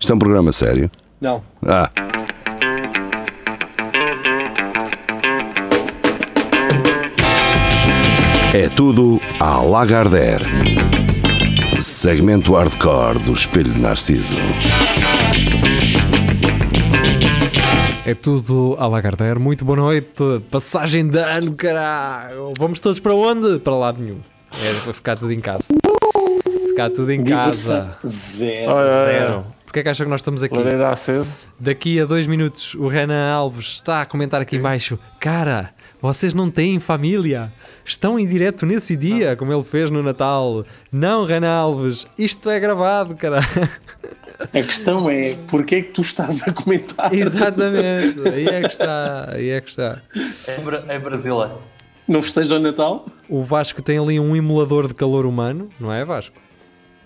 Isto é um programa sério. Não. Ah, é tudo à Lagardère. Segmento hardcore do Espelho de Narciso. É tudo à Lagardère. Muito boa noite. Passagem de ano, caralho. Vamos todos para onde? Para lado nenhum. É para ficar tudo em casa. Ficar tudo em casa. Zero. Olha, olha, Zero. Porquê Ah, é que acham que nós estamos aqui? lareira acesa. Daqui a dois minutos, o Renan Alves está a comentar aqui embaixo. Cara, vocês não têm família. Estão em direto nesse dia, como ele fez no Natal. Não, Renan Alves, isto é gravado, cara. A questão é, porquê é que tu estás a comentar? Exatamente. Aí é que está. Aí é que está. É, Bra- é Brasília. Não festeja o Natal? O Vasco tem ali um emulador de calor humano, não é, Vasco?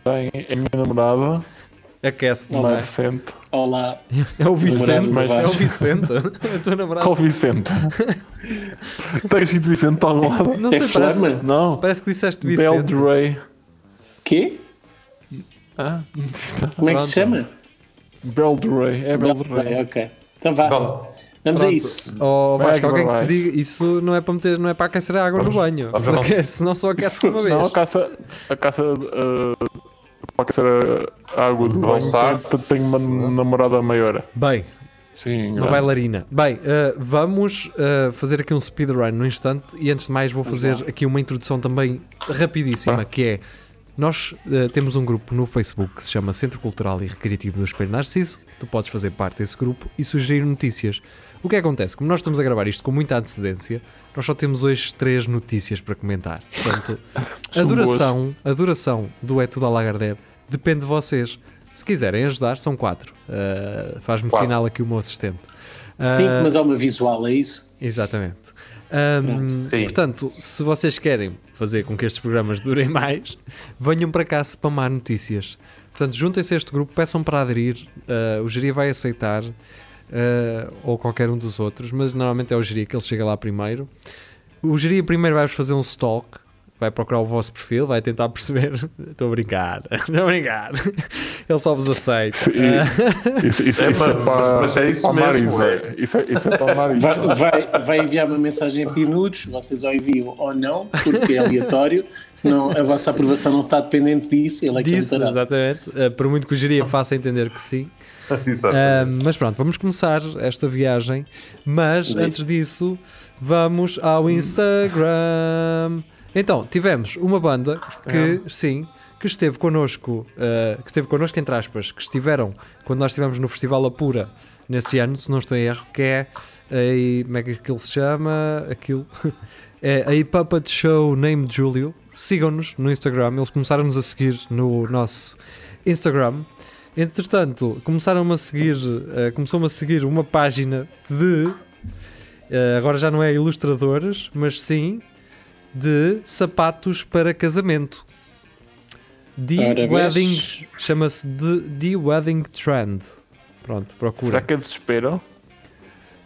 Tem a tá minha namorada, Aquece, não mais é? Vicente. Olá. É o Vicente, Namorado do é o Vasco. Vicente. Eu estou namorado. Qual Vicente? Tem escrito Vicente ao lado? Não É sei, parece, Flamengo? Não. parece que disseste Bel Vicente. Dre. Quê? Hã? Como é que se Pronto. chama? Bel Dre. É Bel Bem, Dre. ok. Então vá. Bom, Vamos a Pronto. isso. Oh, Vai, Vasco, alguém que vai. te diga isso não é para meter, não é para aquecer a água no banho. vamos. Se aquece, não só aquece uma Não, a vez. caça. A caça. ah, Pode ser a- a água do banho. Alçar. Tenho- Tenho uma namorada maior. Bem, Sim, é. uma grande. bailarina. Bem, eh, vamos eh, fazer aqui um speedrun no instante e antes de mais vou fazer aqui uma introdução também rapidíssima, Tá. que é nós eh, temos um grupo no Facebook que se chama Centro Cultural e Recreativo do Espelho Narciso. Tu podes fazer parte desse grupo e sugerir notícias. O que acontece? Como nós estamos a gravar isto com muita antecedência, nós só temos hoje três notícias para comentar. Portanto, a São boas. duração, a duração do É Tudo à Lagardère depende de vocês. Se quiserem ajudar, são quatro. Ah, Faz-me Quatro. sinal aqui o meu assistente. Ah, Cinco, mas há uma visual, é isso? Exatamente. Ahm, Sim. portanto, se vocês querem fazer com que estes programas durem mais, venham para cá spamar notícias. Portanto, juntem-se a este grupo, peçam para aderir. ah, o Geria vai aceitar, ah, ou qualquer um dos outros, mas normalmente é o Geria que ele chega lá primeiro. O Geria primeiro vai-vos fazer um stalk, vai procurar o vosso perfil, vai tentar perceber. Estou a brincar, estou a brincar. Ele só vos aceita. Ah, E- Isso, isso, É, isso mas- é para. mas é isso para a mesmo, Marisa. Isso é, isso é para a Marisa. Vai, vai- vai enviar uma mensagem a minutos, vocês ou enviam ou não, porque é aleatório. Não, a vossa aprovação não está dependente disso, ele é que é um Disse, tarado. exatamente. Ah, por muito que o Geria faça entender que sim. exato. Ah, mas pronto, vamos começar esta viagem. Mas Mas é antes disso, vamos ao Instagram. Então, tivemos uma banda que, sim, que esteve connosco, ah, que esteve connosco, entre aspas, que estiveram quando nós estivemos no Festival Apura nesse ano, se não estou em erro, que é. A, como é que aquilo se chama? Aquilo. É a Puppet Show Name Julio. Sigam-nos no Instagram, eles começaram-nos a seguir no nosso Instagram. Entretanto, começaram-me a seguir, eh, começou-me a seguir uma página de, eh, agora já não é ilustradores, mas sim de sapatos para casamento. The Ora, vês? Wedding, chama-se The, The Wedding Trend. Pronto, procura. Será que é desespero?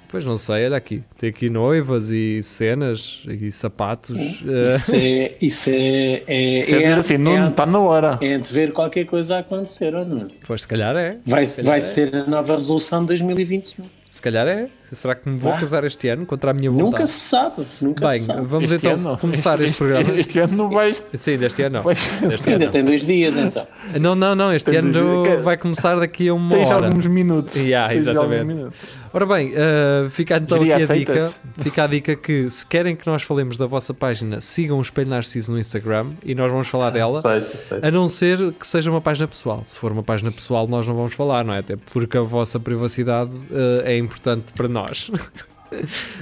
Pois não sei, olha aqui. Tem aqui noivas e cenas e sapatos. eh, Isso é. Isso é. É, Quer dizer assim, não ante- está na hora. é antever qualquer coisa a acontecer, ou não? pois se calhar é. Vai, Se calhar vai é. ser a nova resolução de 2021. Se calhar é. Será que me vou Ah. casar este ano contra a minha vontade? Nunca se sabe. Nunca Bem, se sabe. vamos Este então ano- começar este, programa. Este ano não vais. Sim, deste ano não. vais Deste ano Ainda não. tem dois dias então. Não, não, não, este Tem ano dois dias. vai começar daqui a uma tens hora. alguns minutos. Yeah, Tens exatamente. alguns minutos. Ora bem, eh, fica então Diria, aqui a dica, aceitas? fica a dica que se querem que nós falemos da vossa página, sigam o Espelho Narciso no Instagram e nós vamos falar dela. Aceito, aceito. A não ser que seja uma página pessoal. Se for uma página pessoal, nós não vamos falar, não é? Até porque a vossa privacidade eh, é importante para nós. Eh,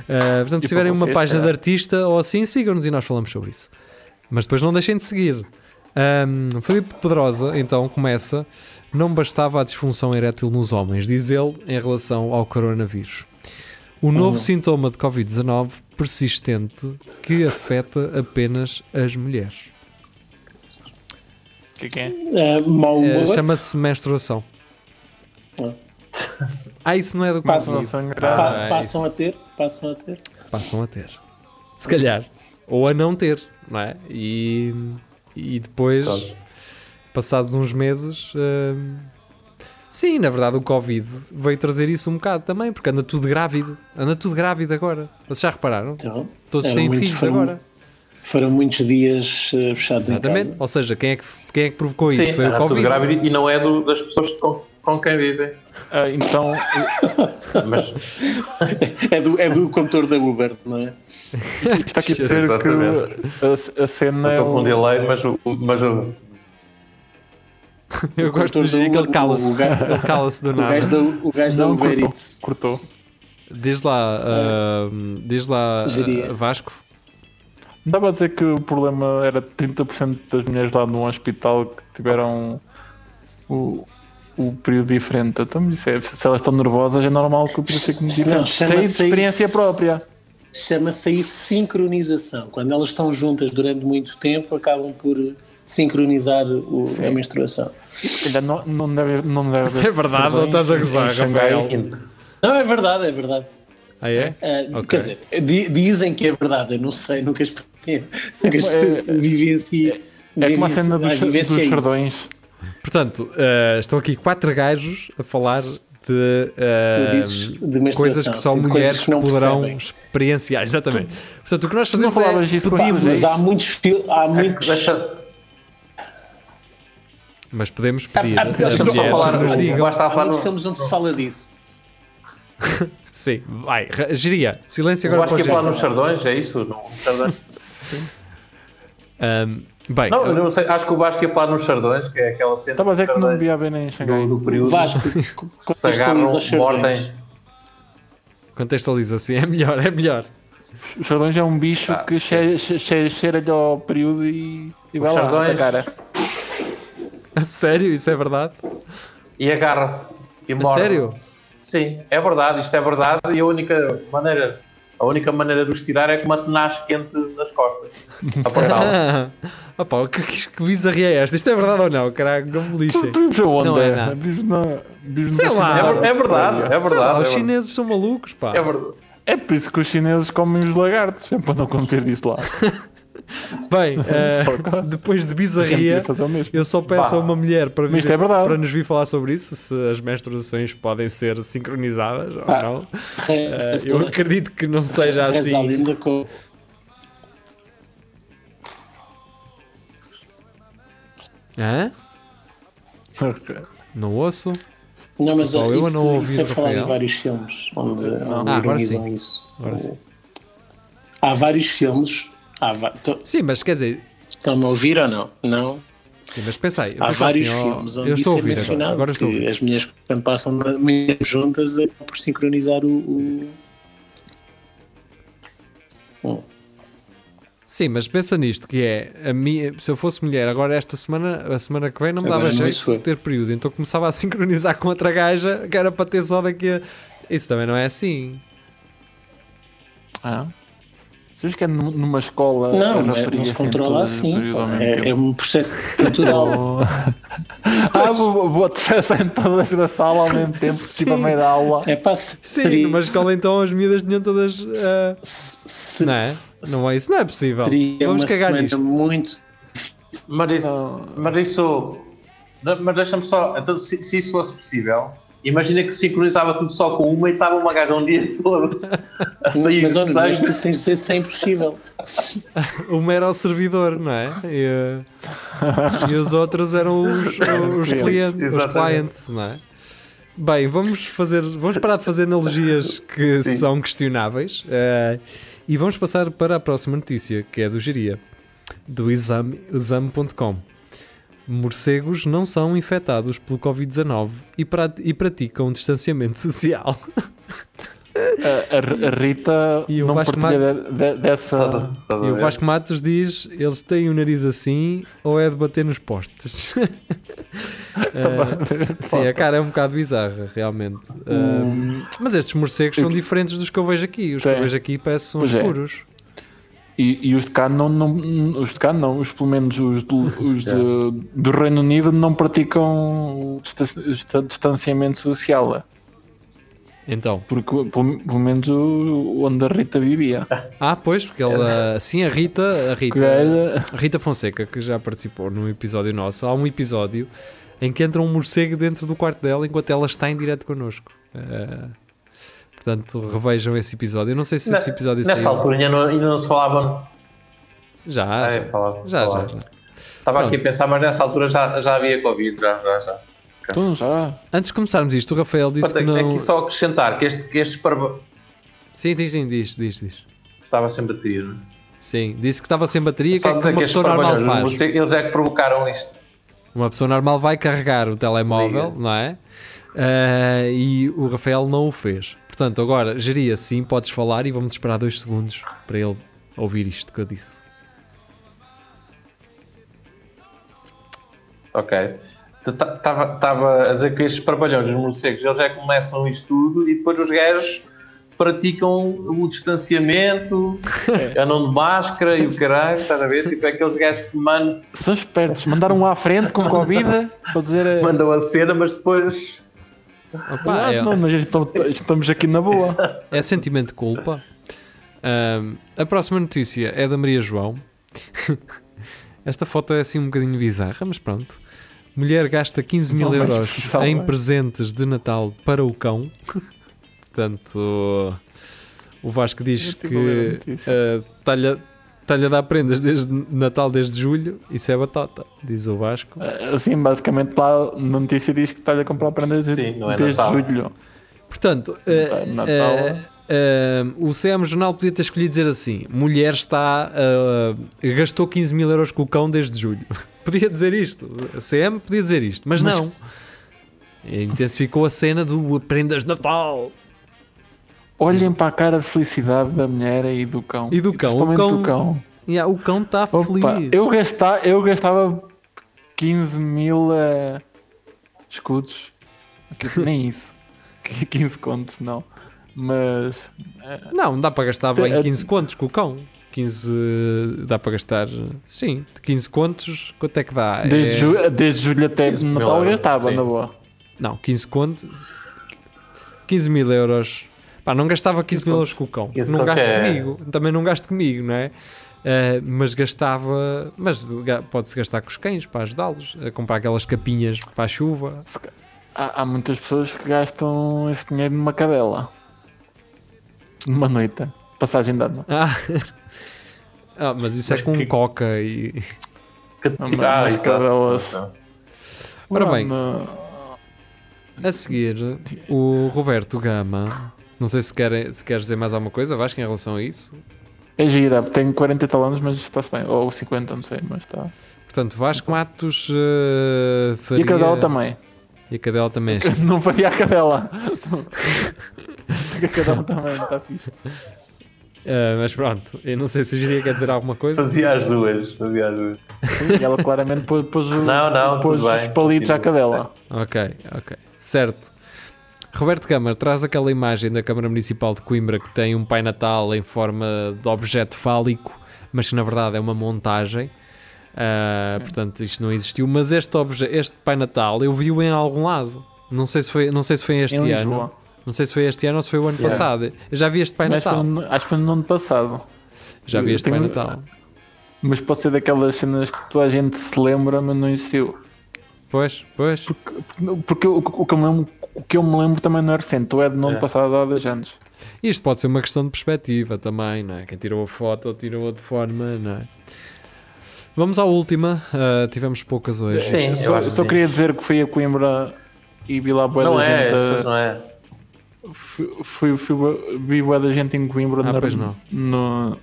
portanto, se para tiverem uma vocês, página de caralho. artista ou assim, sigam-nos e nós falamos sobre isso. Mas depois não deixem de seguir. Ahm, Filipe Pedrosa, então, começa. Não bastava a disfunção erétil nos homens, diz ele, em relação ao coronavírus. Hum. O novo sintoma de Covid-19 persistente que afeta apenas as mulheres. Que que é? Ah, mau É, humor. Chama-se menstruação. Ah. Ah, isso não é do que Passa. eu digo. São engraçados. Pa- é passam a ter. Passam a ter. Passam a ter. Se calhar. Ou a não ter, não é? E, e depois, Pronto. passados uns meses, hum, Sim, na verdade o Covid veio trazer isso um bocado também, porque anda tudo grávido. Anda tudo grávido agora. Vocês já repararam? Então, Todos É, eram têm muitos- filhos foram- agora. Foram muitos dias eh, fechados em Exatamente. casa. Ou seja, quem é que, quem é que provocou Sim, isso? Foi o era tudo Covid. grávido e não é do- das pessoas com, com quem vivem. Ah, então, Mas É do, é do condutor da Uber, não é? isto aqui a dizer que a- a, cena é estou com um o- delay, mas, o- mas o- Eu gosto de condutor do dizer que ele Uber, cala-se. o gajo- Ele cala-se do O nada. gajo da, o gajo da Não, Uber cortou. Eats. cortou. Diz lá, ah, diz lá ah, Geria. Vasco. Estava a dizer que o problema era 30% das mulheres lá no hospital que tiveram o, o período diferente. Então, mas isso é, se elas estão nervosas, é normal que o período fique muito Não, diferente. Sei de chama-se experiência isso- própria. Chama-se aí sincronização. Quando elas estão juntas durante muito tempo, acabam por sincronizar o- a menstruação. Olha, não, não deve, não deve Isso é verdade, ou estás a gozar, é Rafael? Não, é verdade, é verdade. Ah, é? Eh, Ok. Quer dizer, di- dizem que é verdade, eu não sei, nunca experimentei. Nunca é- vivenciei. É como a cena vivenci- dos, Ah, a vivência dos é isso. sardões. Portanto, ah, estão aqui quatro gajos a falar de, ah, tu dizes de menstruação, coisas que só sim, de mulheres coisas que não poderão percebem. experienciar. Exatamente. Portanto, o que nós Tu não fazemos falavas é... disso com Pá, mas os há muitos filmes. Há muitos. Deixa, Mas podemos pedir Ah, a ah, deixa-me só mulheres que falar, um nos o- digam... Basta Há falar muitos no- filmes onde se fala disso. Sim, vai. Ra- Geria, silêncio eu agora acho que para é falar o nos Geria. sardões, é isso? Não, nos sardões. Ahm, Bem, não, eu não sei, acho que o Vasco ia falar nos sardões, que é aquela cena Estava a dos dizer Tá, que não sardões devia haver nem Xangai. do período Vasco, um que se agarram, contextualiza os sardões. mordem. contextualiza assim, é melhor, é melhor. Os sardões é um bicho Ah, que esquece. che- che- cheira-lhe ao período e, e vai lá sardões. é atacar. A sério, isso é verdade? E agarram-se e A mordem. sério? Sim, é verdade, isto é verdade e a única maneira, a única maneira de os tirar é com uma tenaz quente nas costas. É Apertá-la. Ah, opa, que, que, que bizarria é esta? Isto é verdade ou não? Caraca, não me lixem. Vimos a onda. Não é nada. Vimos na, vimos Sei na- lá. É, ver- é verdade, Sei lá, é os verdade. é verdade. chineses são malucos, pá. É verdade. É por isso que os chineses comem os lagartos. É para não acontecer disso lá. Bem, eh, Só- depois de A gente devia bizarria, fazer o mesmo. eu só peço Pá. a uma mulher para, vir- Mas isto é verdade. para nos vir falar sobre isso, se as menstruações podem ser sincronizadas ou Ah. Pá. não. Eh, Reza, eu acredito que não seja reza a assim. lenda com. Hã? Não ouço? Não, mas Só eu isso, não ouvi isso é do falado em Rafael. vários filmes onde, onde Ah, agora ironizam sim. isso. Agora sim. Há vários filmes. Há va- to- Sim, mas quer dizer, Estão-me a ouvir ou não? Não. sim, mas pensei. assim, Há vários filmes onde eu isso estou a é ouvir agora, mencionado. agora estou a que ouvir. as mulheres quando passam na- mulheres juntas é por sincronizar o. o... o- Sim, mas pensa nisto, que é a minha, se eu fosse mulher agora esta semana, a semana que vem não me Agora dava não jeito isso é. de ter período, então começava a sincronizar com outra gaja que era para ter só daqui a... Isso também não é assim. Ah. Vocês que é nu- numa escola. Não, não, é- europeia, não se assim, controla todo- assim. período ao pá. mesmo tempo? É, é um processo natural. Ou- ah, vou, vou acessar em todas da sala ao mesmo tempo, tipo a Sim. meio da aula. É pá, Sim, seria- numa escola então as miúdas tinham todas... ah, se- se- não é? Não é isso, não é possível. Seria Vamos uma cagar semana nisto. muito. Mas isso, Não. Ah. mas isso, mas deixa-me só, então, se, se isso fosse possível, imagina que sincronizava tudo só com uma e estava uma gaja um dia todo a sair Mas olha, mas sangue. tu tens de dizer se é impossível. Uma era o servidor, não é? E, ah, e os outros eram os, os clientes, os Exatamente. clientes, não é? Bem, vamos fazer, vamos parar de fazer analogias que são questionáveis eh, e vamos passar para a próxima notícia, que é do Geria, do exame- exame.com. Morcegos não são infectados pelo Covid-19 e, pra- e praticam distanciamento social. A, a- a Rita E o não Vasco partilha de- de- Estás a- dessa. estás a E o ver? Vasco Matos diz: eles têm o nariz assim ou é de bater nos postes? Eh, Tá Sim, a cara é um bocado bizarra, realmente. Hum. Ahm, mas estes morcegos são diferentes dos que eu vejo aqui. Os que eu Sim. vejo aqui parecem uns Pois é. escuros. E, e os de cá não, não- Os de cá não. Os, pelo menos os, do, os de- do Reino Unido não praticam distan- distan- distanciamento social. é. Então, Porque pelo, pelo menos o- onde a Rita vivia. ah, pois, porque ela, É. assim, a Rita, a Que é, Rita, era- a Rita Fonseca, que já participou num episódio nosso, há um episódio em que entra um morcego dentro do quarto dela enquanto ela está em direto connosco. Eh, portanto, revejam esse episódio. Eu não sei se esse episódio Nessa saiu. altura ainda não, ainda não se falava. Já, Ah, é, já, falava, já, já, falava. já. Estava aqui a Pronto. pensar, mas nessa altura já, já havia Covid, já, já, já. Então já. Antes de começarmos isto, o Rafael disse Portanto, que não. Aqui é só acrescentar que este, que este parva- Sim, diz, sim, diz, diz, diz. estava sem bateria, não é? Sim, disse que estava sem bateria, que Só é que dizer uma que estes pessoa normal parvalhões, faz. você- eles é que provocaram isto. Uma pessoa normal vai carregar o telemóvel, Liga. não é? Ah, e o Rafael não o fez. Portanto, agora, geria, sim, podes falar e vamos esperar dois segundos para ele ouvir isto que eu disse. Ok. Estava a dizer que estes parvalhões, os morcegos, eles já começam isto tudo e depois os gajos praticam o distanciamento, andam de máscara e o caralho, estás a ver? Tipo, é aqueles gajos que man- São espertos. Mandaram um à frente com Covid para dizer. eh, mandam a cena, mas depois. Opa, Ah, é, não, nós estamos, estamos aqui na boa. é sentimento de culpa. Ahm, a próxima notícia é da Maria João. Esta foto é assim um bocadinho bizarra, mas pronto. Mulher gasta 15 mil Não, mas euros não, em mas- presentes de Natal para o cão. Portanto, o Vasco diz Eu tive a ler a que notícia. eh, está-lhe a- está-lhe a dar prendas desde Natal, desde julho. Isso é batata, diz o Vasco. Assim, basicamente lá na notícia diz que está-lhe a comprar prendas Sim, não é desde Natal. julho. Portanto, eh, tá, Natal, eh, eh, o CM Jornal podia ter escolhido dizer assim: mulher está. eh, gastou 15 mil euros com o cão desde julho. Podia dizer isto. A CM podia dizer isto, mas, Mas- não. Intensificou a cena do prendas de Natal. Olhem para a cara de felicidade da mulher e do cão. E do cão. O Principalmente cão- do cão. Yeah, ah, o cão está feliz. Opa, eu, gasta, eu gastava 15 mil eh, escudos. Que- Nem isso. Que- 15 contos, não. Mas Não, dá para gastar bem Eh, 15 contos com o cão. 15. Dá para gastar. Sim, de 15 contos, quanto é que dá? desde, É- ju- desde julho até 15 mil Natal euros, gastava, sim. na boa. Não, 15 conto. 15 mil euros. Pá, não gastava 15 mil euros com o cão. 15 Não conto gasto é- comigo. Também não gasto comigo, não é? Ah, mas gastava. Mas ga- pode-se gastar com os cães para ajudá-los a comprar aquelas capinhas para a chuva. Há, há muitas pessoas que gastam esse dinheiro numa cadela. Numa noite. Passagem de ano. Ah, Ah, mas isso é Mas com que- coca e. Que, Ah, mas- mas cabelas. Ora bem. Uma- A seguir, o Roberto Gama. Não sei se quer, se queres dizer mais alguma coisa, Vasco, em relação a isso. É gira, tenho 40 e tal anos, mas está-se bem. Ou 50, não sei, mas está. Portanto, Então. Vasco Matos. eh, E faria... a cadela também. E a cadela também. acho. Não faria a cadela. Sei que a cadela um também, está fixe. Ah, mas pronto, eu não sei se o Jiria quer dizer alguma coisa. Fazia as duas, fazia as duas. E ela claramente pôs, pôs, o- Não, não, pôs tudo os bem. Tipo, palitos à cadela. Ok, ok. Certo. Roberto Câmara traz aquela imagem da Câmara Municipal de Coimbra que tem um Pai Natal em forma de objeto fálico, mas que na verdade é uma montagem. Ah, portanto, isto não existiu. Mas este, obje- este Pai Natal eu vi-o em algum lado. Não sei se foi, não sei se foi este em ano. Lisboa. Não sei se foi este ano ou se foi o ano Yeah. passado. Eu já vi este Pai Mas foi um Natal. no- acho que foi no ano passado. Já vi eu este Pai tenho- Natal. Mas pode ser daquelas cenas que toda a gente se lembra, mas não existiu. Pois, pois. Porque o, o que eu me lembro, o que eu me lembro também não é recente, ou é de ano É. passado há 10 anos. Isto pode ser uma questão de perspectiva também, não é? Quem tirou a foto tirou de forma, não é? Vamos à última. ah, tivemos poucas hoje. Sim, eu Só, acho que só sim. queria dizer que fui a Coimbra e vi lá boa Não da é, gente. essas não é. Fui, fui, fui bué- vi boa da gente em Coimbra Ah, na- pois não. no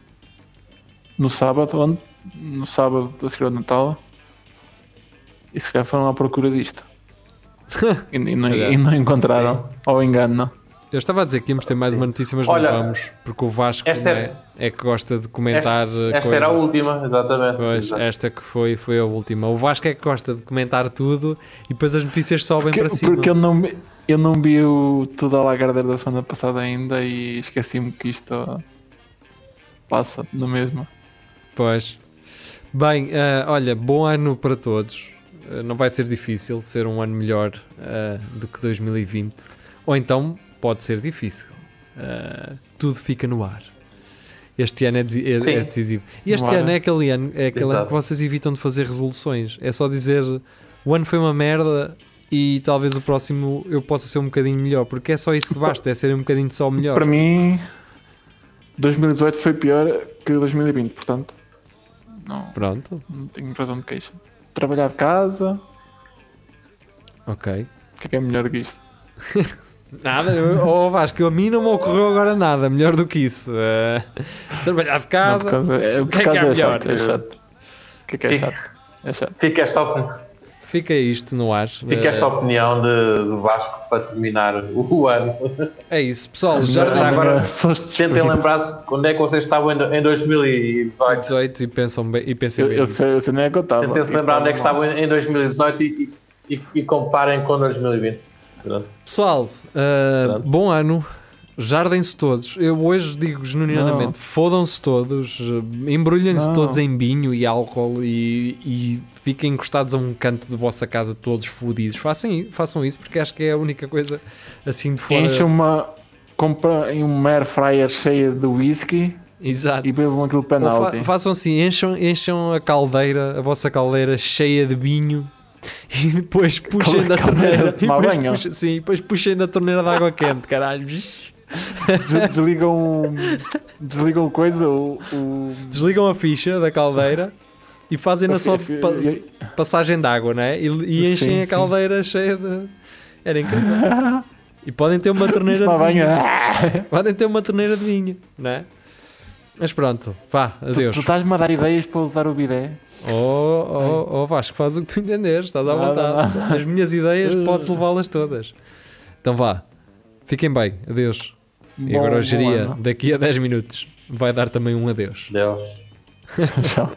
no sábado, onde? No sábado da seguir ao Natal. E se calhar foram à procura disto. E, e não, calhar. e não encontraram. Ao engano, não. Eu estava a dizer que íamos ter mais Sim. uma notícia, mas Olha, não vamos, porque o Vasco esta não é- é, que gosta de comentar. eh, Esta era a coisas. última, exatamente. Pois, Exato. esta que foi, foi a última. O Vasco é que gosta de comentar tudo e depois as notícias sobem Porque, para cima. porque eu, não, eu não vi o, tudo a lagardeira da semana passada ainda e esqueci-me que isto ah, passa no mesmo. Pois. Bem, eh, olha, bom ano para todos. Eh, não vai ser difícil ser um ano melhor eh, do que 2020. Ou então pode ser difícil. Eh, tudo fica no ar. Este ano é, desi- é- Sim. é decisivo. E No este ar, ano né? é aquele ano é aquele ano Exato. que vocês evitam de fazer resoluções. É só dizer o ano foi uma merda e talvez o próximo eu possa ser um bocadinho melhor, porque é só isso que basta, é ser um bocadinho só melhor. Para mim, 2018 foi pior que 2020, portanto, não, Pronto, não tenho razão de queixa. é Trabalhar de casa, ok. o que é que é melhor que isto? Nada, eu, oh Vasco, a mim não me ocorreu agora nada melhor do que isso. Eh, trabalhar de Não, por casa, causa, é, por que é que causa é é chato, melhor? é chato. O que é que é Fica- chato? É chato. Fica esta, op- fica isto no ar. fica esta Eh, opinião de, de Vasco para terminar o ano. é isso, pessoal, já Já agora, é Só os tentem despedidos. lembrar-se quando é que vocês estavam em do- em 2018. 18 e pensam bem, e pensem Eu, bem. eu nisso. sei, eu sei nem é que eu estava. Tentem se E lembrar onde é que estava estavam em em 2018 e, e- e- e comparem com 2020. Pronto. Pessoal, eh, Pronto. bom ano. Jardem-se todos. Eu hoje digo Não. genuinamente: fodam-se todos, eh, embrulhem-se Não. todos em vinho e álcool e, e fiquem encostados a um canto da vossa casa todos fodidos. Façam, façam isso porque acho que é a única coisa assim de fora. Enche uma. Compra em uma air fryer cheia de whisky Exato. e bebam aquilo Ou fa- penalti. façam assim, encham, encham a caldeira, a vossa caldeira cheia de vinho e depois puxem da torneira. caldeira de E tomar depois banho? puxem, sim, e depois puxem da torneira de água quente, caralho. Des- Desligam. um, Desligam coisa, o. o Desligam a ficha da caldeira e fazem na só pa- passagem de água, né? E, e enchem é Sim, a sim. caldeira cheia de. Era incrível. E podem ter uma torneira Está de bem, vinho. ah, Podem ter uma torneira de vinho, né? Mas pronto, vá, tu, adeus. tu estás-me a dar ideias para usar o bidé. Oh, oh, oh Vasco, faz o que tu entenderes, estás à Nada, vontade. As minhas ideias podes levá-las todas. Então vá, fiquem bem, adeus. E Bom- agora bom eu geria, ano. daqui a 10 minutos, vai dar também um adeus. Deus. Tchau.